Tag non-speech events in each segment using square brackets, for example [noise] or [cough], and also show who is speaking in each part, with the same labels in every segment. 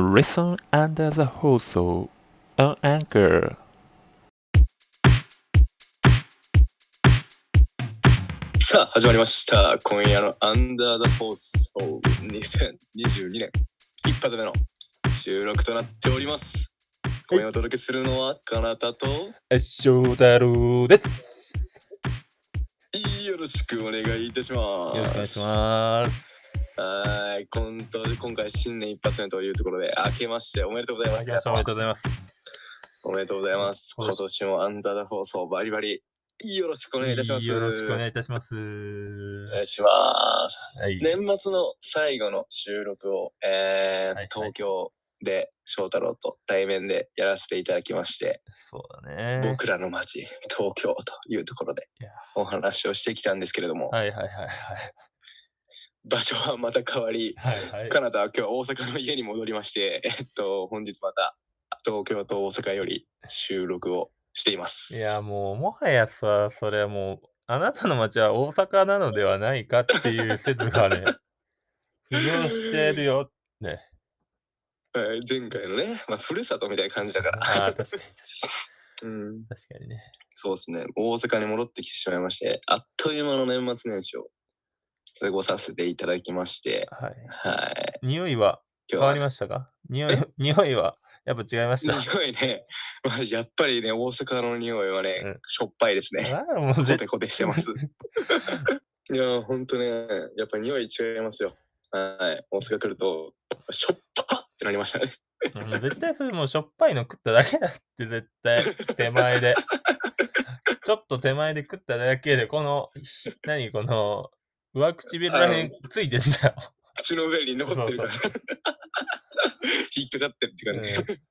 Speaker 1: Listen under the 放送 on anchor.
Speaker 2: さあ始まりました今夜の「アンダー・ザ・放送2022年一発目の収録となっております今夜お届けするのはかなたと
Speaker 3: 翔太郎です。
Speaker 2: よろしくお願いいたします
Speaker 3: よろしくお願いします。
Speaker 2: はい今と今回新年一発目というところで明けましておめでとうございます
Speaker 3: 明けましておめでとうございます。
Speaker 2: おめでとうございます
Speaker 3: そう
Speaker 2: 今
Speaker 3: です
Speaker 2: 年も「アンダー・ザ・放送バリバリよろしくお願いいたします
Speaker 3: よろしくお願い
Speaker 2: い
Speaker 3: いたします。
Speaker 2: お願いします
Speaker 3: はい。
Speaker 2: 年末の最後の収録を、えー
Speaker 3: はいはい
Speaker 2: 東京で翔太郎と対面でやらせていただきまして、
Speaker 3: そうだね。
Speaker 2: 僕らの街東京というところで
Speaker 3: いや
Speaker 2: お話をしてきたんですけれども、
Speaker 3: はいはいはい
Speaker 2: 場所はまた変わり
Speaker 3: はい。はいはい。
Speaker 2: カナダは今日大阪の家に戻りまして、 [laughs] えっと、本日また東京と大阪より収録をしています。
Speaker 3: いやもう、もはやさ、それはもう、あなたの町は大阪なのではないかっていう説
Speaker 2: [laughs]
Speaker 3: がね、浮上してるよ。ね。
Speaker 2: えー前回のね、まあ、ふるさとみたいな感 [laughs] じだから、
Speaker 3: ああ、確かに確か
Speaker 2: うん、
Speaker 3: に確かにね。
Speaker 2: そうですね。大阪に戻ってきてしまいまして、あっという間の年末年始を過ごさせていただきまして、
Speaker 3: はい。
Speaker 2: はい。
Speaker 3: 匂いは
Speaker 2: 今日
Speaker 3: 変わ
Speaker 2: は
Speaker 3: り
Speaker 2: ね、
Speaker 3: ましたか匂い、匂
Speaker 2: [laughs]
Speaker 3: いはやっぱ違いました。
Speaker 2: 匂いね、 [laughs] まあ、やっぱりね、大阪の匂いはね、
Speaker 3: うん
Speaker 2: しょっぱいですね。
Speaker 3: ああ、もう
Speaker 2: コ
Speaker 3: 絶
Speaker 2: テコテしてます。 [laughs] いやー、ほんとね、やっぱり匂い違いますよ。はい。大阪来ると、しょっぱってなりました
Speaker 3: [laughs]
Speaker 2: ね。
Speaker 3: もう絶対それもうしょっぱいの食っただけだって絶対手
Speaker 2: [laughs]
Speaker 3: 前でちょっと手前で食っただけでこのひ何この上唇らへんついてんだよ
Speaker 2: 口の上に残ってるから。 [laughs] 引っかかってるって感じ。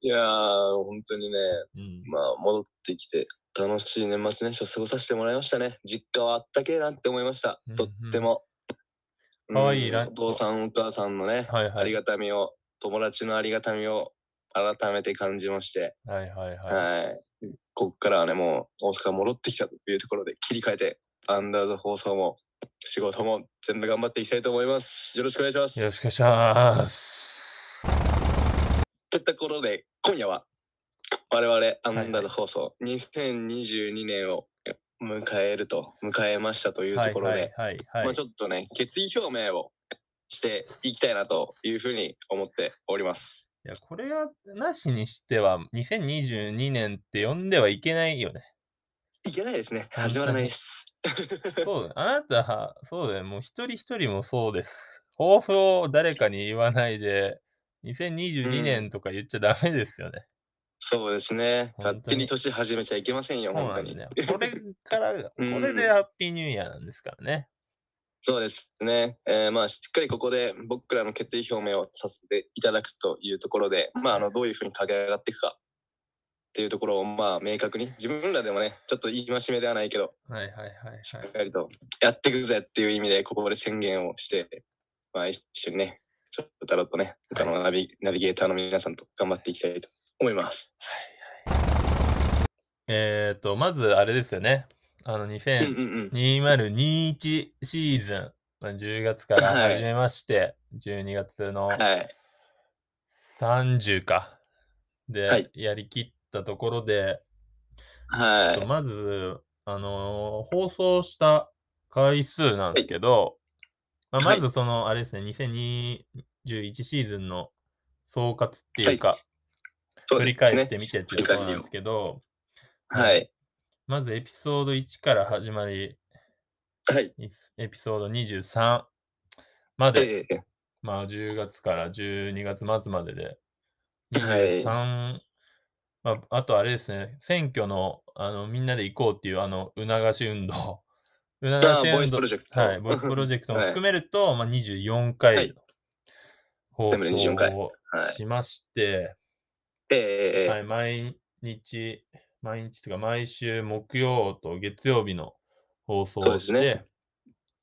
Speaker 2: いやー、ほんとにね、
Speaker 3: うん
Speaker 2: まあ、戻ってきて、楽しい年末年始を過ごさせてもらいましたね。実家はあったけえなって思いました。とっても。
Speaker 3: ん可愛い
Speaker 2: うん
Speaker 3: ラン
Speaker 2: お父さん、お母さんのね、
Speaker 3: はい
Speaker 2: あ
Speaker 3: は
Speaker 2: り
Speaker 3: い
Speaker 2: がたみを、友達のありがたみを改めて感じまして、
Speaker 3: はいはいは
Speaker 2: はい。こっからはね、もう大阪戻ってきたというところで切り替えて、アンダーズ放送も仕事も全部頑張っていきたいと思います。よろしくお願いします。
Speaker 3: いよろしくお願いします
Speaker 2: といったところで今夜は我々ア
Speaker 3: はい
Speaker 2: ンダード放送2022年を迎えると迎えましたというと
Speaker 3: はい
Speaker 2: ころで、
Speaker 3: はいはいはい
Speaker 2: まあちょっとね決意表明をしていきたいなというふうに思っております。
Speaker 3: いやこれはなしにしては2022年って呼んではいけないよね
Speaker 2: いけないですね。
Speaker 3: 本当に
Speaker 2: 始まらないです。
Speaker 3: そうだ、あなたは、そうだよ、もう一人一人もそうです。抱負を誰かに言わないで、
Speaker 2: うん
Speaker 3: 2022年とか言っちゃダメですよね。
Speaker 2: そうですね。
Speaker 3: 本当に
Speaker 2: 勝手に年始めちゃいけませんよ、
Speaker 3: そう
Speaker 2: 本
Speaker 3: な
Speaker 2: 当
Speaker 3: ん
Speaker 2: に
Speaker 3: だ。よ。これから、これ
Speaker 2: う
Speaker 3: で
Speaker 2: ん
Speaker 3: ハッピーニューイヤーなんですからね。
Speaker 2: そうですね。えーまあ、しっかりここで僕らの決意表明をさせていただくというところで、まあ、あの、どういうふうに駆け上がっていくかっていうところを、まあ、明確に、自分らでもね、ちょっと戒めではないけど、
Speaker 3: はいはいはい
Speaker 2: し
Speaker 3: はい
Speaker 2: っ。かりとやっていくぜっていう意味で、ここで宣言をして、まあ、一緒にね、ちょっとだろうとね、他のナビナビゲーターの皆さんと頑張っていきたいと思います。
Speaker 3: えっ、ー、と、まずあれですよね。 [laughs] あの、
Speaker 2: うんう
Speaker 3: 2000
Speaker 2: ん
Speaker 3: 2021シーズン、まあ10月から
Speaker 2: はい
Speaker 3: 始めまして、12月
Speaker 2: う
Speaker 3: の
Speaker 2: ん。はい。
Speaker 3: 30か。で、
Speaker 2: はい
Speaker 3: やりきったところで、えっと
Speaker 2: は
Speaker 3: まず、あのー放送した回数なんですけど、まあ、
Speaker 2: はい
Speaker 3: まずその、あれですね、2021シーズンの総括っていうか、
Speaker 2: はいい。そう
Speaker 3: 振り
Speaker 2: ですね
Speaker 3: 返ってみてっていうところなんですけど、
Speaker 2: はい。
Speaker 3: まずエピソード1から始まり、
Speaker 2: はい。
Speaker 3: いエピソード23まで、
Speaker 2: ええ
Speaker 3: まあ、10月から12月末までで、
Speaker 2: はい
Speaker 3: 23、まあ、あとあれですね、選挙のあのみんなで行こうっていうあの促
Speaker 2: [laughs]
Speaker 3: し運動、促し
Speaker 2: ボイ
Speaker 3: 運
Speaker 2: ス
Speaker 3: 動
Speaker 2: プロジェク、ト
Speaker 3: はい、ボイスプロジェクトも
Speaker 2: はい
Speaker 3: 含めると、まあ、24
Speaker 2: は
Speaker 3: 回
Speaker 2: い
Speaker 3: の放送
Speaker 2: 全部で24回
Speaker 3: を
Speaker 2: [laughs] はい
Speaker 3: しまして、
Speaker 2: ええええ
Speaker 3: はい、毎日、毎日というか毎週木曜と月曜日の放送
Speaker 2: そう
Speaker 3: を
Speaker 2: で
Speaker 3: して、
Speaker 2: すね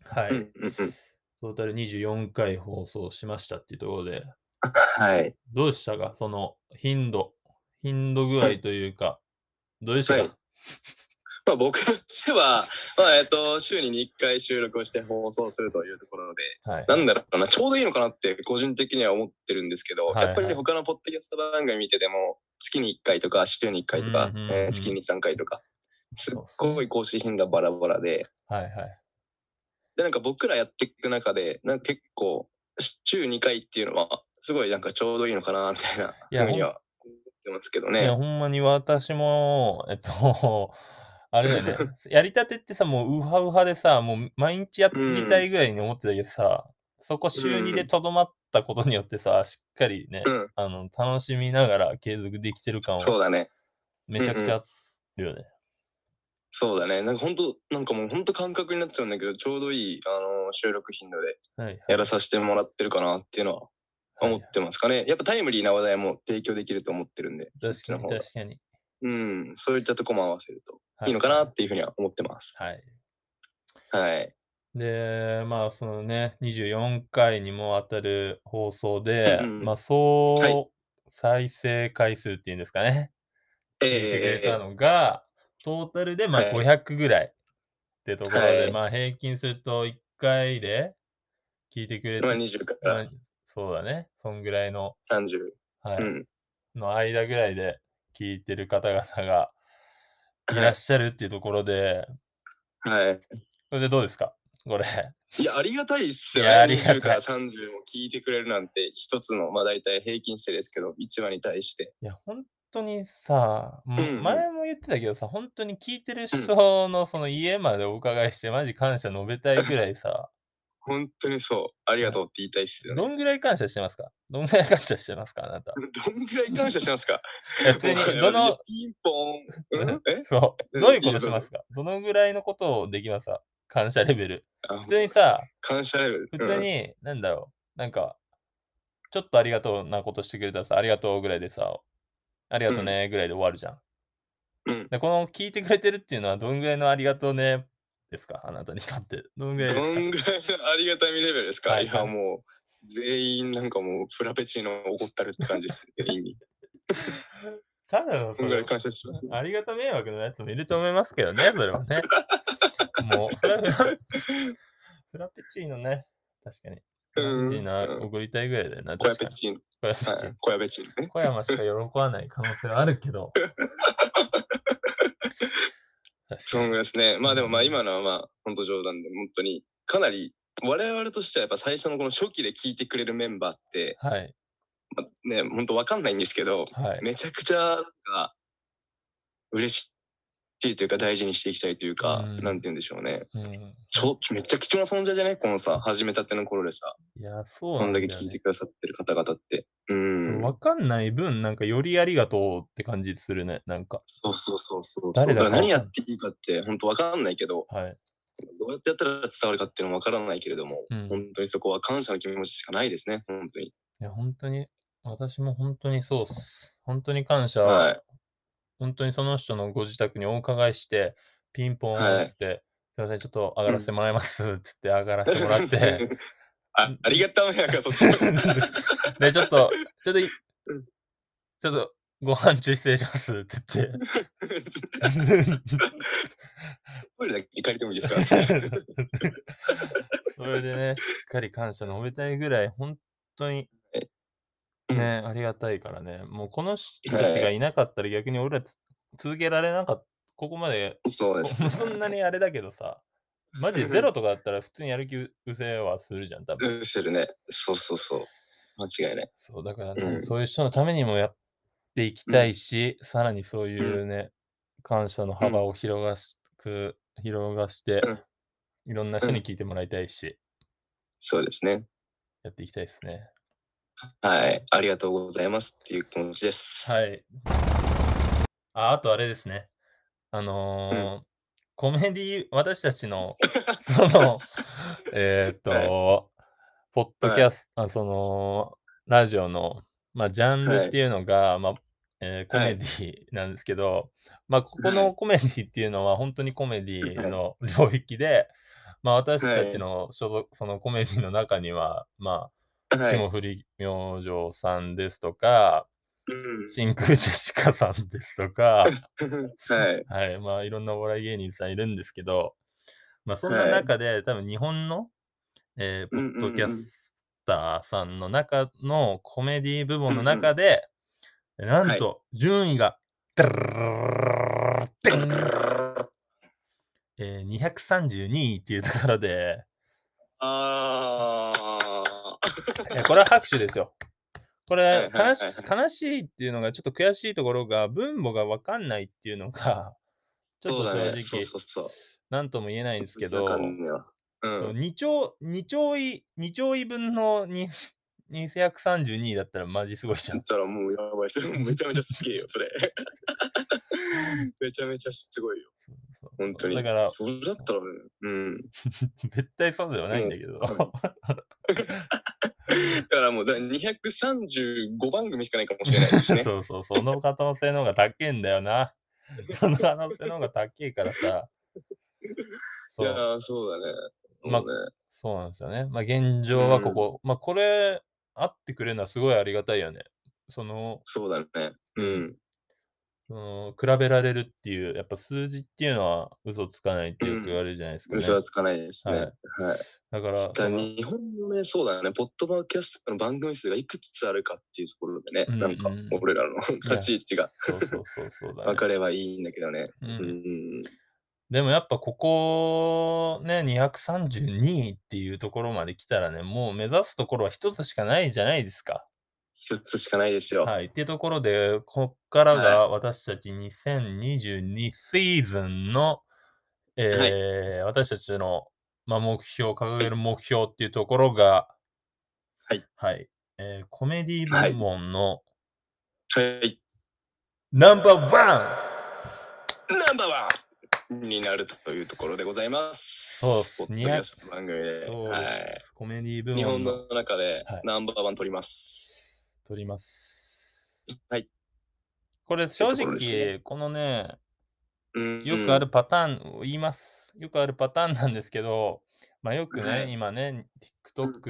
Speaker 3: はい、
Speaker 2: うんうんうん。 [laughs]
Speaker 3: トータル24回放送しましたっていうところで、
Speaker 2: はい。
Speaker 3: どうでしたかその頻度、頻度具合というか、どうでしたか、
Speaker 2: はいまあ僕としては、まあえっと、週に2回収録をして放送するというところで、
Speaker 3: はい。
Speaker 2: なんだろうな、ちょうどいいのかなって個人的には思ってるんですけど、
Speaker 3: はいはい
Speaker 2: やっぱり他のポッドキャスト番組見てても、月に1回とか、週に1回とか、
Speaker 3: うんうんうん
Speaker 2: えー月に3回とか、すっごい更新頻度バラバラで、
Speaker 3: はいはい。
Speaker 2: で、なんか僕らやっていく中で、なんか結構、週2回っていうのは、すごいなんかちょうどいいのかな、みたいない
Speaker 3: や
Speaker 2: ふうには思ってますけど
Speaker 3: いや、
Speaker 2: ね。
Speaker 3: ほんまに私も、えっと、 [laughs] あれだよね。やりたてってさ、もうウハウハでさ、もう毎日やってみたいぐらいに思ってたけどさ、そこ週2でとどまったことによってさ、しっかりね、
Speaker 2: うん
Speaker 3: あの、楽しみながら継続できてる感は
Speaker 2: そうだね。
Speaker 3: めちゃくちゃあるよね。
Speaker 2: そうだね。なんか本当なんかもう本当感覚になっちゃうんだけど、ちょうどいい、あのー収録頻度で
Speaker 3: はいはい。
Speaker 2: やらさせてもらってるかなっていうのは
Speaker 3: はい
Speaker 2: 思ってますかね。やっぱタイムリーな話題も提供できると思ってるんで、そっ
Speaker 3: 確
Speaker 2: ち
Speaker 3: か
Speaker 2: の
Speaker 3: に
Speaker 2: 方が
Speaker 3: 確かに。
Speaker 2: うん、そういったとこも合わせると
Speaker 3: はい
Speaker 2: いのかなっていうふうには思ってます。
Speaker 3: はい。
Speaker 2: はい。
Speaker 3: で、まあ、そのね、24回にもわたる放送で、
Speaker 2: うんうん
Speaker 3: まあ、総
Speaker 2: はい
Speaker 3: 再生回数っていうんですかね、聞いてくれた
Speaker 2: え
Speaker 3: のが、トータルでまあ
Speaker 2: はい
Speaker 3: 500ぐらいってところ
Speaker 2: は
Speaker 3: で、
Speaker 2: い
Speaker 3: まあ、平均すると1回で聞いてくれ
Speaker 2: え
Speaker 3: て、
Speaker 2: まあ20か
Speaker 3: まあ
Speaker 2: ら
Speaker 3: そうだね、そんぐらいの、
Speaker 2: 30。
Speaker 3: はい、
Speaker 2: うん。
Speaker 3: の間ぐらいで聞いてる方々がいらっしゃるっていうところで、
Speaker 2: はい。
Speaker 3: これでどうですかこれ。
Speaker 2: いや、ありがたいっすよ
Speaker 3: いやあ
Speaker 2: ね。
Speaker 3: りがたい
Speaker 2: 20から30も聞いてくれるなんて、一つの、まあ大体平均してですけど、1話に対して。
Speaker 3: いや、本当にさ、もう
Speaker 2: うんうん
Speaker 3: 前も言ってたけどさ、本当に聞いてる人のその家までお伺いして、マジ感謝述べたいぐらい
Speaker 2: [laughs]
Speaker 3: さ、
Speaker 2: 本当にそう。ありがとうって言いたいっすよね。
Speaker 3: どんぐらい感謝してますかどんぐらい感謝してますかあなた。
Speaker 2: どんぐらい感謝しますか
Speaker 3: いや普通に
Speaker 2: [laughs]
Speaker 3: どの、
Speaker 2: ピンポン。うんえ
Speaker 3: そう
Speaker 2: うん
Speaker 3: どういう
Speaker 2: いい
Speaker 3: こと
Speaker 2: よ
Speaker 3: しますかどのぐらいのことをできますか感謝レベル。
Speaker 2: あ
Speaker 3: 普通にさ、
Speaker 2: 感謝レベル。
Speaker 3: 普通に、なんだろう、なんか、ちょっとありがとうなことしてくれたらさ、ありがとうぐらいでさ、ありがとうねぐらいで終わるじゃん。
Speaker 2: うん
Speaker 3: でこの聞いてくれてるっていうのは、どんぐらいのありがとうねですかあなたにとって。どんぐ
Speaker 2: う
Speaker 3: ら
Speaker 2: ん
Speaker 3: いです
Speaker 2: ど
Speaker 3: か
Speaker 2: んぐらいのありがたみレベルですか、
Speaker 3: はい
Speaker 2: いや、もう、全員なんかもう、フラペチーノ怒ったるって感じです。全員に。
Speaker 3: ただの
Speaker 2: そ
Speaker 3: [laughs] そ
Speaker 2: んぐらい
Speaker 3: の、
Speaker 2: 感謝してます。
Speaker 3: ありがた迷惑のやつもいると思いますけどね、それは
Speaker 2: [laughs]
Speaker 3: ね。もう、それはフラフラペチーノね。確かに。フラ
Speaker 2: うん
Speaker 3: ペチーノは送りたいぐらいだよな。
Speaker 2: 小屋
Speaker 3: 確か
Speaker 2: ペ
Speaker 3: に。
Speaker 2: チーノ。
Speaker 3: 小山
Speaker 2: はい。小屋ペチ
Speaker 3: 市
Speaker 2: ーノね。
Speaker 3: 小山しか喜ばない可能性はあるけど。
Speaker 2: [laughs]
Speaker 3: 確
Speaker 2: そ
Speaker 3: か
Speaker 2: ん
Speaker 3: に
Speaker 2: ぐらいですね。まあでもまあ、今のはまあ、本当冗談で、本当に、かなり、我々としてはやっぱ最初のこの初期で聞いてくれるメンバーって、
Speaker 3: はい。
Speaker 2: まあ、ね、本当わかんないんですけど、
Speaker 3: はい。
Speaker 2: めちゃくちゃなんか嬉しいというか大事にしていきたいというか、
Speaker 3: うん
Speaker 2: なんて言うんでしょうね。
Speaker 3: うん、
Speaker 2: ちょめっちゃ貴重な存在じゃないこのさ、始めたての頃でさ、
Speaker 3: いや、そう
Speaker 2: そ
Speaker 3: なんんだ
Speaker 2: だ
Speaker 3: よ、
Speaker 2: け
Speaker 3: ね。
Speaker 2: 聞いてくださってる方々って。う。
Speaker 3: そうんわかんない分、なんかよりありがとうって感じするね。なんか。
Speaker 2: そうそうそうそう。
Speaker 3: 誰だ
Speaker 2: そうだ
Speaker 3: か
Speaker 2: から何やっていいかって、本当わかんないけど、
Speaker 3: はい。
Speaker 2: どうやってやったら伝わるかっていうのもわからないけれども、
Speaker 3: うん
Speaker 2: 本当にそこは感謝の気持ちしかないですね、本当に。
Speaker 3: いや、本当に、私も本当にそうっす。本当に感謝。
Speaker 2: はい
Speaker 3: 本当にその人のご自宅にお伺いして、ピンポーン
Speaker 2: は
Speaker 3: っ
Speaker 2: い
Speaker 3: つって、すいません、ちょっと上がらせてもらいますっつって上がらせてもら
Speaker 2: [laughs]
Speaker 3: って、
Speaker 2: あありがたうやからそっちの方
Speaker 3: [laughs] で、ちょっと、ちょっとい、ち
Speaker 2: うん
Speaker 3: ょっと、ご飯中失礼しますって言っ
Speaker 2: [laughs]
Speaker 3: て。
Speaker 2: トイレだけ借りてもいいですか
Speaker 3: それでね、しっかり感謝述べたいぐらい、本当に
Speaker 2: え、
Speaker 3: ね、ありがたいからね。もうこの人たちがいなかったら逆に俺らつ続けられなかった。ここまで、
Speaker 2: そうです、ね。
Speaker 3: [laughs] そんなにあれだけどさ、マジゼロとかだったら普通にやる気ううせえはするじゃん、多分。
Speaker 2: うんしてるね。そうそうそう。間違いない。
Speaker 3: そう、だからね、
Speaker 2: うん
Speaker 3: そういう人のためにもやっていきたいし、さらにそういうね、感謝の幅を広がし、く広がして、
Speaker 2: うん
Speaker 3: いろんな人に聞いてもらいたいし、
Speaker 2: そうですね。
Speaker 3: やっていきたいですね。
Speaker 2: はい。ありがとうございますっていう気持ちです。
Speaker 3: はい。あ、あとあれですね。あのーコメディ、私た
Speaker 2: [laughs]
Speaker 3: ちの、その、えーっと、
Speaker 2: はい
Speaker 3: ポッドキャスト、あその、ラジオの、まあ、ジャンルっていうのが、まあ、えーコ
Speaker 2: は
Speaker 3: メ
Speaker 2: い
Speaker 3: ディなんですけど、まあ、ここ
Speaker 2: は
Speaker 3: のコメディっていうのは、本当にコメディの領域で、まあ、私たちの所属、そのコメディの中には、まあ、
Speaker 2: はい。
Speaker 3: 霜降り明星さんですとか、真空ジェシカさんですとか、
Speaker 2: うん。はい。
Speaker 3: はい、まあいろんなお笑い芸人さんいるんですけど、まあそん
Speaker 2: は
Speaker 3: ない中で、多分日本の、えーポ
Speaker 2: うんうんうん
Speaker 3: ッドキャスターさんの中のコメディ部門の中で、なんと順位が、ダララララララララえー232位っていうところで、
Speaker 2: ああ。
Speaker 3: いやこれは拍手ですよ。こ
Speaker 2: はいはい
Speaker 3: れ
Speaker 2: はい
Speaker 3: 悲し、悲しいっていうのが、ちょっと悔しいところが、分母が分かんないっていうのが、ちょっ
Speaker 2: そう
Speaker 3: と
Speaker 2: だ
Speaker 3: 正
Speaker 2: ね。
Speaker 3: 直、
Speaker 2: そうそうそう。
Speaker 3: なんとも言えないんですけど、
Speaker 2: わかんねえわうん。
Speaker 3: 2兆、2兆位、2兆位分のに232位だったらマジすごいじゃ
Speaker 2: だ
Speaker 3: ん
Speaker 2: っ。
Speaker 3: [laughs]
Speaker 2: たらもうやばい。それめちゃめちゃす [laughs] げえよ、それ。 [laughs] めちゃめちゃすごいよ。本当に。
Speaker 3: だから
Speaker 2: それだったらね、うん。
Speaker 3: 絶対そうではないんだけ
Speaker 2: [laughs]
Speaker 3: ど。 [laughs]
Speaker 2: だからもう、だから235番組しかないかもしれないですね。
Speaker 3: [laughs] そうそう、その可能性の方が高えんだよな。 [laughs] その可能性の方が高えか
Speaker 2: [laughs]
Speaker 3: らさ。
Speaker 2: い
Speaker 3: そう
Speaker 2: やー、そうだね。
Speaker 3: ま
Speaker 2: そうね
Speaker 3: そうなんですよね。まあ現状はここ。まあこれ、あってくれるのはすごいありがたいよね。その、
Speaker 2: そうだね。うん。
Speaker 3: その比べられるっていう、やっぱ数字っていうのは嘘つかないってよく言われるじゃないですかね。
Speaker 2: 嘘はつかないですね。
Speaker 3: は
Speaker 2: はいい。
Speaker 3: だから、
Speaker 2: た
Speaker 3: そ
Speaker 2: だ
Speaker 3: の
Speaker 2: 日本目、そうだね。ポッドバーキャストの番組数がいくつあるかっていうところでね、
Speaker 3: うん
Speaker 2: なんか
Speaker 3: うん、
Speaker 2: 俺らの立ち位置が
Speaker 3: そうそうそうそうだ、ね。
Speaker 2: 分かればいいんだけどね。う
Speaker 3: う
Speaker 2: んん。
Speaker 3: でもやっぱここね、232位っていうところまで来たらね、もう目指すところは一つしかないじゃないですか。
Speaker 2: 一つしかないですよ。
Speaker 3: はい。っていうところで、こっからが私たち2022シーズンの、えー私たちの、まあ、目標、掲げる目標っていうところが、
Speaker 2: はい。
Speaker 3: はい。えーコメディ部門の
Speaker 2: はい。
Speaker 3: ナンバーワ
Speaker 2: ナンバーワンになるというところでございます。
Speaker 3: そうっす
Speaker 2: ポッドキャスト番組
Speaker 3: ン
Speaker 2: で。
Speaker 3: そう
Speaker 2: は
Speaker 3: です。コメディ部
Speaker 2: い。日本
Speaker 3: 門の
Speaker 2: の中で
Speaker 3: はい
Speaker 2: ナンバーワン取ります。
Speaker 3: 取ります。
Speaker 2: はい。
Speaker 3: これ正
Speaker 2: ところです
Speaker 3: 直、
Speaker 2: ね
Speaker 3: このね、
Speaker 2: うん
Speaker 3: よくある。パターンを言います。よくあるパターンなんですけど、まあよくね、
Speaker 2: はい
Speaker 3: 今ね、
Speaker 2: うん
Speaker 3: TikTok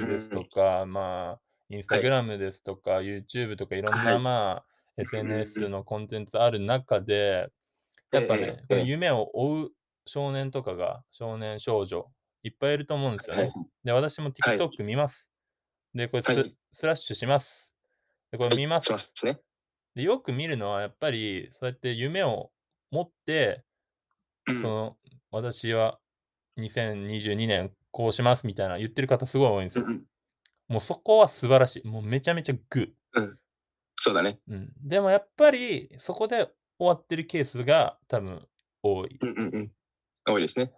Speaker 2: う んうん
Speaker 3: ですとか、まあ、Instagram ですとか、YouTube とかいろん
Speaker 2: は
Speaker 3: な、
Speaker 2: い
Speaker 3: まあ、
Speaker 2: うんう
Speaker 3: SNS
Speaker 2: ん
Speaker 3: のコンテンツある中で、やっぱね、
Speaker 2: ええええ
Speaker 3: 夢を追う少年とかが、少年少女、いっぱいいると思うんですよね。
Speaker 2: はい
Speaker 3: で、私も
Speaker 2: はい
Speaker 3: TikTok 見ます。で、これス,、
Speaker 2: はい
Speaker 3: スラッシュします。で、これ見ます
Speaker 2: し。ますね。
Speaker 3: で、よく見るのは、やっぱり、そうやって夢を持って、
Speaker 2: う
Speaker 3: そ
Speaker 2: ん
Speaker 3: の、私は2022年こうしますみたいな言ってる方すごい多いんです
Speaker 2: う
Speaker 3: よ。
Speaker 2: ん。
Speaker 3: もうそこは素晴らしい。もうめちゃめちゃグー。
Speaker 2: そうだね。
Speaker 3: うん、でもやっぱり、そこで終わってるケースが多分多い。
Speaker 2: うんうんうん。多いですね。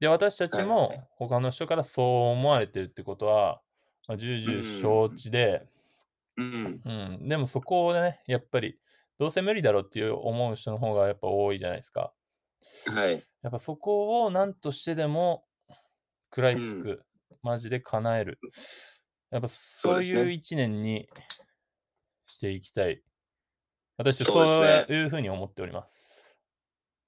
Speaker 3: で、私たち
Speaker 2: はい
Speaker 3: も他の人からそう思われてるってことは、まあ、重
Speaker 2: う
Speaker 3: 々
Speaker 2: ん
Speaker 3: 承知で、
Speaker 2: うん。
Speaker 3: うん、でもそこをね、やっぱり、どうせ無理だろうっていう思う人の方がやっぱ多いじゃないですか。
Speaker 2: はい。
Speaker 3: やっぱそこを何としてでも食らいつ
Speaker 2: うん
Speaker 3: く、マジで叶える。やっぱ
Speaker 2: う
Speaker 3: そう
Speaker 2: です
Speaker 3: い
Speaker 2: ね
Speaker 3: う一年にしていきたい。私、
Speaker 2: そう
Speaker 3: そう
Speaker 2: ですね
Speaker 3: いうふうに思っております。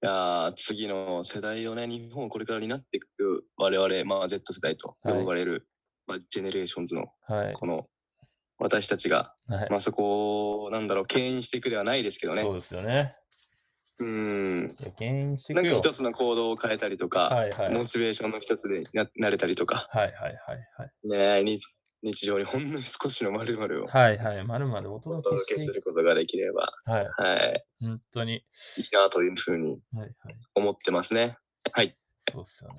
Speaker 2: いやー次の世代をね、日本をこれから担っていく我々、まあ、Z 世代と
Speaker 3: はい
Speaker 2: 呼ばれる、まあ、ジェネレーションズの
Speaker 3: はい。
Speaker 2: この私たちが、
Speaker 3: はい
Speaker 2: まあ、そこをなんだろう、牽引していくではないですけどね
Speaker 3: そう。ですよね。
Speaker 2: うん。
Speaker 3: いや原因してい
Speaker 2: な
Speaker 3: く
Speaker 2: んか
Speaker 3: よ。
Speaker 2: 一つの行動を変えたりとか、
Speaker 3: はいはい。はい
Speaker 2: モチベーションの一つでななれたりとか、
Speaker 3: はいはいはい。
Speaker 2: ねえ、に日常にほんの少しのまるまるを
Speaker 3: はいはい。まるまるお
Speaker 2: お
Speaker 3: 届け
Speaker 2: 届
Speaker 3: し
Speaker 2: け
Speaker 3: てい
Speaker 2: す
Speaker 3: く。
Speaker 2: ることができれば、
Speaker 3: はい。
Speaker 2: はい、
Speaker 3: 本当に。
Speaker 2: いいなというふうに
Speaker 3: はいはい。
Speaker 2: 思ってますね。はい。
Speaker 3: そうっすよね。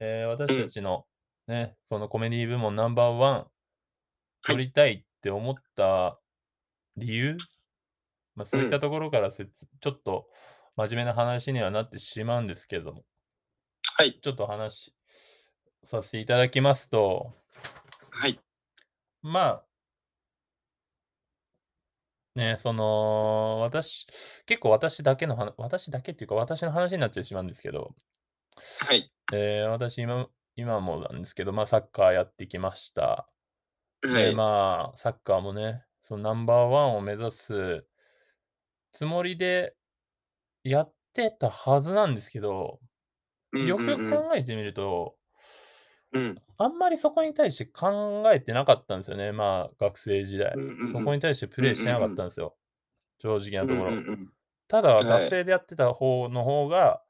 Speaker 3: えー私たちのね、そのコメディ部門ナンバーワン、取りたいって思った理由、まあ、そういったところからせつ、ちょっと真面目な話にはなってしまうんですけども、
Speaker 2: はい。
Speaker 3: ちょっと話させていただきますと、
Speaker 2: はい。
Speaker 3: まあ、ね、その、私、結構私だけの話、私だけっていうか、私の話になってしまうんですけど、
Speaker 2: はい。
Speaker 3: えー私今、今もなんですけど、まあ、サッカーやってきました。
Speaker 2: は
Speaker 3: で、
Speaker 2: い。
Speaker 3: まあ、サッカーもね、そのナンバーワンを目指すつもりでやってたはずなんですけど、
Speaker 2: うん
Speaker 3: よくよ
Speaker 2: うんう
Speaker 3: く
Speaker 2: ん
Speaker 3: 考えてみると、
Speaker 2: うん。
Speaker 3: あんまりそこに対して考えてなかったんですよね。まあ、学生時代
Speaker 2: うんうんうん。
Speaker 3: そこに対してプレイしてなかったんですよ。正直なとこ
Speaker 2: うん
Speaker 3: ろ
Speaker 2: う。ん
Speaker 3: ただ、
Speaker 2: い
Speaker 3: 学生でやってた方の方が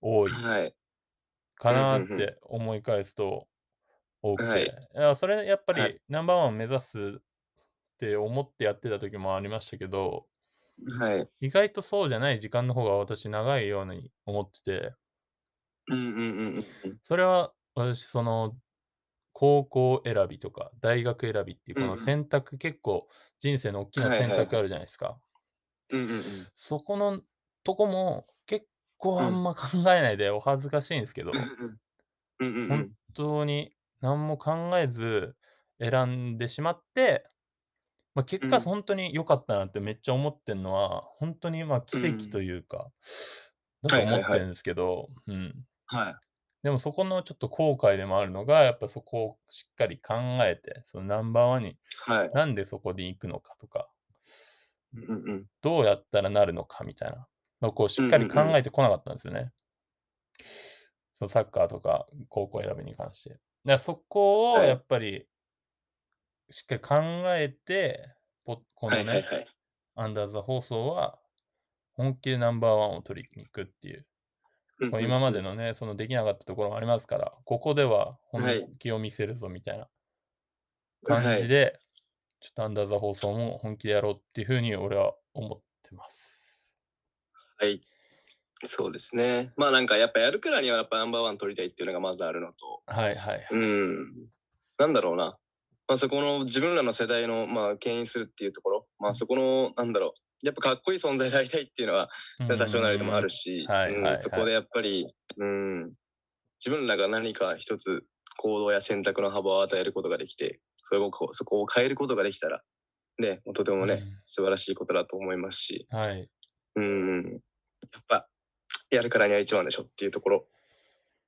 Speaker 3: 多
Speaker 2: う
Speaker 3: い
Speaker 2: んはい。
Speaker 3: かなっ
Speaker 2: うんうんう
Speaker 3: て思い返すと多くて。
Speaker 2: はい
Speaker 3: いやそれ、やっぱ
Speaker 2: は
Speaker 3: りナンバーワンを目指すって思ってやってた時もありましたけど、
Speaker 2: はい。
Speaker 3: 意外とそうじゃない時間の方が私長いように思ってて、
Speaker 2: うんうんうんうん。
Speaker 3: それは私、その、高校選びとか大学選びっていうこ
Speaker 2: うんう
Speaker 3: の
Speaker 2: ん
Speaker 3: 選択、結構人生の大きな
Speaker 2: はいはい
Speaker 3: 選択あるじゃないですか。
Speaker 2: うんうんうん。
Speaker 3: そこのとこも結構あんま考えないでお恥ずかしいんですけど、
Speaker 2: うんうんう
Speaker 3: 本
Speaker 2: ん。
Speaker 3: 当に何も考えず選んでしまって、まあ、結
Speaker 2: う
Speaker 3: 果
Speaker 2: ん
Speaker 3: 本当に良かったなってめっちゃ思ってるのは本当にまあ奇
Speaker 2: うん
Speaker 3: 跡というか、だと思ってるんですけど、うん、
Speaker 2: はい。
Speaker 3: でもそこのちょっと後悔でもあるのがやっぱそこをしっかり考えてそのナンバーワンに
Speaker 2: はい。
Speaker 3: なんでそこに行くのかとか
Speaker 2: うんうんうん。
Speaker 3: どうやったらなるのかみたいなのをこうしっかり考えてこなかったんですよね。そのサッカーとか高校選びに関して。だからそこを
Speaker 2: はい
Speaker 3: やっぱりしっかり考えて、ポこの
Speaker 2: は
Speaker 3: ね、
Speaker 2: いはいはい。
Speaker 3: アンダーザ放送は本気でナンバーワンを取りに行くっていう。
Speaker 2: うんうんう
Speaker 3: こうん今までのね、そのできなかったところもありますから、ここでは本
Speaker 2: はい
Speaker 3: 気を見せるぞみたいな感じで、ちょっとアンダーザ放送も本気でやろうっていうふうに俺は思ってます。
Speaker 2: はい。そうですね。まあなんかやっぱやるからにはやっぱナンバーワン取りたいっていうのがまずあるのと、
Speaker 3: はいはい。
Speaker 2: うん。なんだろうな。まあそこの自分らの世代の、まあ、牽引するっていうところ、まあそこの、なんだろう。やっぱかっこいい存在でありたいっていうのは、多少なりともある
Speaker 3: し。
Speaker 2: し、
Speaker 3: うんはいはい
Speaker 2: う
Speaker 3: はい
Speaker 2: んそこでやっぱり、うん、自分らが何か一つ行動や選択の幅を与えることができて、それをこうそこを変えることができたら、ね、もうとてもね、素晴らしいことだと思いますし、
Speaker 3: うん。はい。
Speaker 2: うん、やっぱ、やるからには一番でしょっていうところ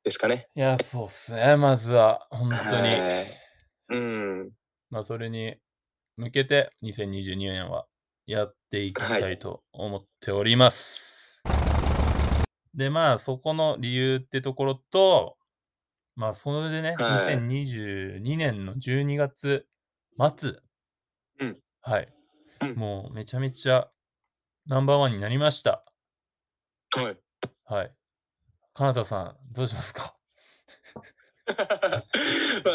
Speaker 2: ですかね。
Speaker 3: いや、そうっすね。まずは、本当に。
Speaker 2: はいうん、
Speaker 3: まあ、それに向けて、2022年はやっていきたいと思っております。で、まあ、そこの理由ってところと、まあ、それでね、
Speaker 2: はい
Speaker 3: 2022年の12月末。
Speaker 2: うん
Speaker 3: はい。
Speaker 2: うん
Speaker 3: もう、めちゃめちゃナンバーワンになりました。
Speaker 2: はい。 [laughs]
Speaker 3: はい。カナタさん、どうしますか [laughs]
Speaker 2: まあ、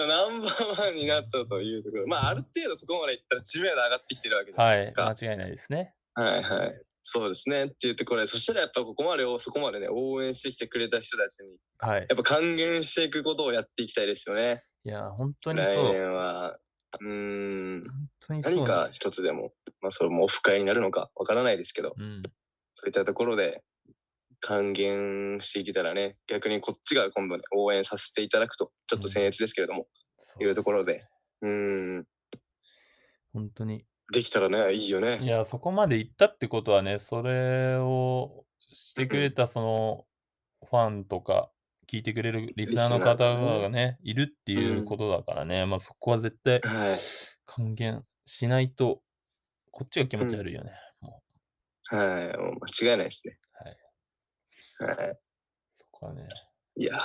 Speaker 2: ナンバーワンになったというところ、まあ、ある程度そこまでいったら知名度上がってきてるわけで
Speaker 3: はい、
Speaker 2: か
Speaker 3: 間違いないですね。
Speaker 2: はいはい。そうですねっていうところで、そしたらやっぱここまでを、そこまでね、応援してきてくれた人たちに、
Speaker 3: はい
Speaker 2: や。っぱ還元していくことをやっていきたいですよね。
Speaker 3: いや、本当
Speaker 2: 来
Speaker 3: にそう。
Speaker 2: 年は、うーん、
Speaker 3: 本当にそう
Speaker 2: 何
Speaker 3: な
Speaker 2: か
Speaker 3: んです。
Speaker 2: 一つでも、まあそれもオフ会になるのかわからないですけど、
Speaker 3: うん。
Speaker 2: そういったところで還元していけたらね、逆にこっちが今度ね、応援させていただくと、ちょっと僭越ですけれども、
Speaker 3: そう
Speaker 2: いうところ
Speaker 3: す
Speaker 2: で。うーん、
Speaker 3: 本当に。
Speaker 2: できたらね、いいよ
Speaker 3: い
Speaker 2: ね。
Speaker 3: や、そこまで行ったってことはね、それをしてくれた、その、ファンとか、聞いてくれるリスナーの
Speaker 2: リスナー
Speaker 3: 方
Speaker 2: のね
Speaker 3: がね、いるっていうことだからね、まあそこは絶対
Speaker 2: はい
Speaker 3: 還元しないと、こっちが気持ち悪いよね。も
Speaker 2: はい、もう間違いないですね。はい。
Speaker 3: う、そこはね。
Speaker 2: いやー、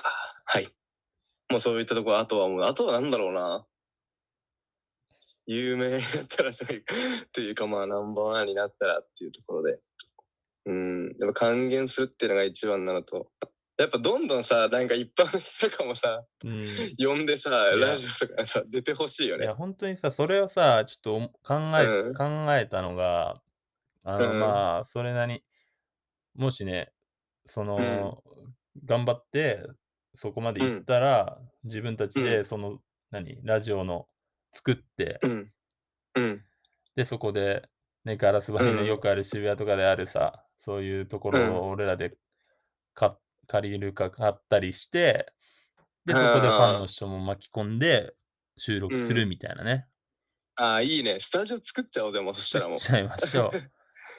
Speaker 2: はい。もうそういったところ、あとはもう、あとはなんだろうな。有名だったらという [laughs] か、というかまあナンバーワンになったらっていうところで。うん、やっぱ還元するっていうのが一番なのと、やっぱどんどんさ、なんか一般の人とかもさ、
Speaker 3: うん。い
Speaker 2: 呼んでさ、
Speaker 3: いや
Speaker 2: ラジオとかにさ、出てほしいよね
Speaker 3: や、。本当にさ、それをさ、ちょっとおも考え、
Speaker 2: うん
Speaker 3: 考えたのが、あの、
Speaker 2: うん
Speaker 3: まあ、それなり、もしね、その、頑張って、そこまで行ったら、自分たち
Speaker 2: う
Speaker 3: で、その、何、ラジオの作って、
Speaker 2: うん。うん。
Speaker 3: で、そこで、ね、ガラス張りの
Speaker 2: うん
Speaker 3: よくある渋谷とかであるさ、そういうところ
Speaker 2: うん
Speaker 3: を俺らで買っ借りるか買ったりして、で、そこでフ
Speaker 2: あ
Speaker 3: ァ
Speaker 2: ー
Speaker 3: ンの人も巻き込んで収録す
Speaker 2: う
Speaker 3: る
Speaker 2: ん
Speaker 3: みたいなね。
Speaker 2: ああ、いいね。スタジオ作っちゃおうぜ、もうそしたら
Speaker 3: 作
Speaker 2: も
Speaker 3: っ
Speaker 2: う。ス
Speaker 3: ちゃいま
Speaker 2: [laughs]
Speaker 3: しょう。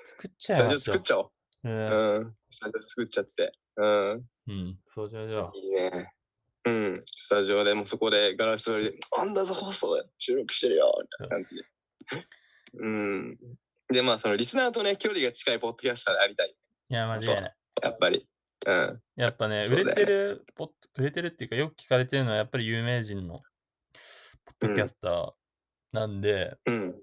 Speaker 3: 作っちゃい
Speaker 2: タジ
Speaker 3: ま
Speaker 2: オ
Speaker 3: しょ
Speaker 2: 作っちゃおう。
Speaker 3: う。
Speaker 2: うん。スタジオ作っちゃって。うん。
Speaker 3: うん、うん、そうしましょ
Speaker 2: いいね。うん、スタジオでもうそこでガラス張りで、アンダーザ放送で収録してるよみたいな感じで。うん。で、まあ、そのリスナーとね、距離が近いポッドキャスターでありたい。
Speaker 3: う。いや、間違いない。
Speaker 2: やっぱり。うん。
Speaker 3: やっぱね、
Speaker 2: そう
Speaker 3: 売
Speaker 2: だよね
Speaker 3: れてる、ポッ売れてるっていうか、よく聞かれてるのは、やっぱり有名人のポッドキャスターなんで、
Speaker 2: うん。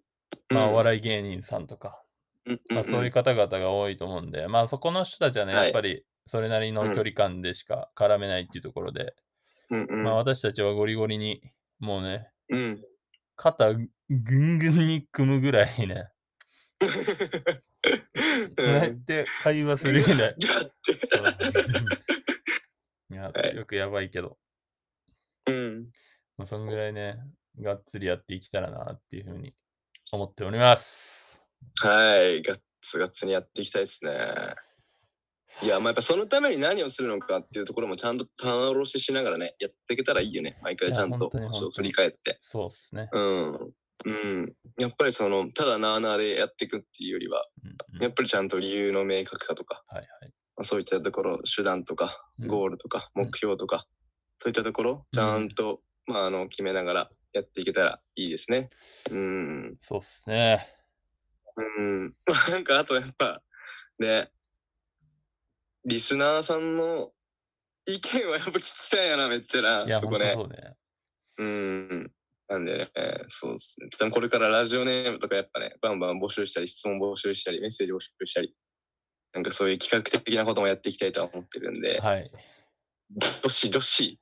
Speaker 3: まあ、お
Speaker 2: い、
Speaker 3: 笑い芸人さんとか、
Speaker 2: うん
Speaker 3: まあ、そういう方々が多いと思うんで、まあ、そこの人たちはね、
Speaker 2: はい
Speaker 3: やっぱり、それなりの距離感でしか絡めないっていうところで、
Speaker 2: うんうん。
Speaker 3: まあ、私たちはゴリゴリに、もうね、
Speaker 2: うん。
Speaker 3: 肩ぐんぐんに組むぐらいね、 [laughs] そうやって会話するぐらい。
Speaker 2: いやって。
Speaker 3: [laughs] いや、
Speaker 2: はい
Speaker 3: よくやばいけど、
Speaker 2: うん。
Speaker 3: まあ、そんぐらいね、がっつりやっていけたらなっていうふうに思っております。
Speaker 2: はい。ガッツガッツにやっていきたいですね。いや、まあ、やっぱそのために何をするのかっていうところもちゃんと棚卸ししながらね、やっていけたらいいよね。毎
Speaker 3: い
Speaker 2: 回
Speaker 3: や
Speaker 2: ちゃん
Speaker 3: 本
Speaker 2: と
Speaker 3: 当に本当に
Speaker 2: そう振り返って。
Speaker 3: そうっすね。
Speaker 2: うん。うん。やっぱりその、ただなあなあでやっていくっていうよりは、
Speaker 3: うんうん
Speaker 2: やっぱりちゃんと理由の明確化とか、
Speaker 3: はいはい。
Speaker 2: まあそういったところ、手段とか、
Speaker 3: うん
Speaker 2: ゴールとか、
Speaker 3: うん
Speaker 2: 目標とか、そういったところ、ちゃんと、まあ、あの、決めながらやっていけたらいいですね。うん。
Speaker 3: そうっすね。
Speaker 2: うん。 [laughs] なんか、あとやっぱ、ね、リスナーさんの意見はやっぱ聞きたいよな、めっちゃ
Speaker 3: い
Speaker 2: な、
Speaker 3: や、
Speaker 2: そ
Speaker 3: ほ
Speaker 2: こ
Speaker 3: んと
Speaker 2: ね
Speaker 3: そ。うね。
Speaker 2: うん。なんでね、そうですね。多分これからラジオネームとかやっぱね、バンバン募集したり、質問募集したり、メッセージ募集したり、なんかそういう企画的なこともやっていきたいとは思ってるんで、
Speaker 3: はい。
Speaker 2: どしどし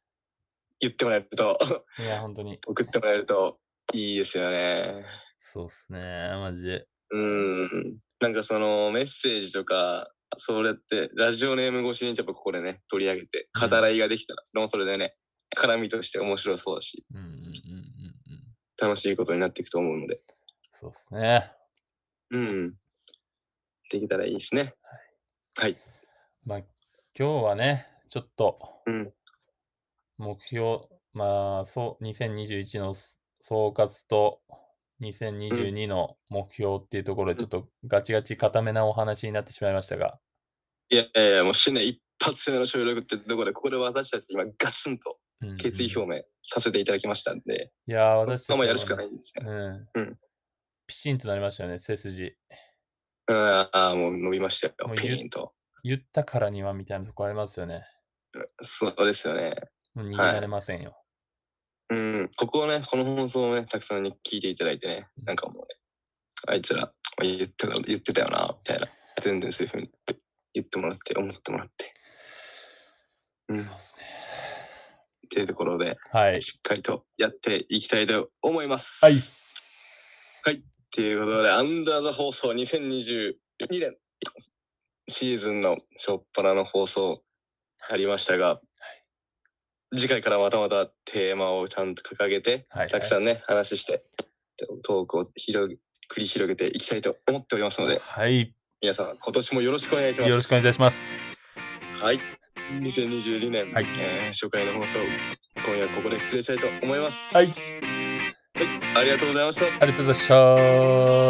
Speaker 2: 言ってもらえると、 [laughs]
Speaker 3: いや、本当に。
Speaker 2: 送ってもらえるといいですよね。
Speaker 3: そうっすね。マジで。
Speaker 2: うん。なんかそのメッセージとか、それってラジオネーム越しにやっぱここでね、取り上げて、
Speaker 3: う
Speaker 2: 語
Speaker 3: ん
Speaker 2: らいができたら、それもそれでね、絡みとして面白そうだし、
Speaker 3: うんうんうんうんうん。
Speaker 2: 楽しいことになっていくと思うので。
Speaker 3: そうっすね。
Speaker 2: うん。できたらいいですね。はい。
Speaker 3: まあ、今日はね、ちょっと
Speaker 2: うん。
Speaker 3: 目標、まあ、そう、2021の総括と、2022の目標っていうところで、ちょっとガチガチ固めなお話になってしまいましたが、
Speaker 2: いやいやいや、もう新年一発目の収録ってところで、ここで私たち今ガツンと
Speaker 3: うんうん
Speaker 2: 決意表明させていただきましたんで、
Speaker 3: いやー、
Speaker 2: この
Speaker 3: 私た
Speaker 2: ま
Speaker 3: ち
Speaker 2: ま
Speaker 3: も
Speaker 2: やるしかな
Speaker 3: ね
Speaker 2: いんですね。
Speaker 3: う
Speaker 2: うんん。
Speaker 3: ピシンとなりましたよね、背筋。
Speaker 2: うん、ああ、もう伸びましたよ
Speaker 3: もう、
Speaker 2: ピ
Speaker 3: 言う
Speaker 2: ーンと。
Speaker 3: 言ったからにはみたいなとこありますよね。
Speaker 2: そうですよね。
Speaker 3: もう逃げ
Speaker 2: はい
Speaker 3: られませんよ。
Speaker 2: うん、ここをね、この放送をね、たくさんに聞いていただいてね、なんかもうね、あいつら言ってた言ってたよな、みたいな。全然そういうふうに言ってもらって、思ってもらって。うん、っ
Speaker 3: そうですね。
Speaker 2: ていうところで、
Speaker 3: はい。
Speaker 2: しっかりとやっていきたいと思います。
Speaker 3: はい。
Speaker 2: ということで、アンダーザ放送2022年シーズンの初っ端の放送ありましたが、次回からまたまたテーマをちゃんと掲げて、
Speaker 3: はい。
Speaker 2: たくさんね、話して、トークを広げ繰り広げていきたいと思っておりますので、
Speaker 3: はい。
Speaker 2: 皆さん今年もよろしくお願いします。
Speaker 3: よろしくお願いいたします。
Speaker 2: はい。2022年、
Speaker 3: はい
Speaker 2: えー初回の放送、今夜はここで失礼したいと思います。
Speaker 3: はい。
Speaker 2: ありがとうございました。
Speaker 3: ありがとうございました。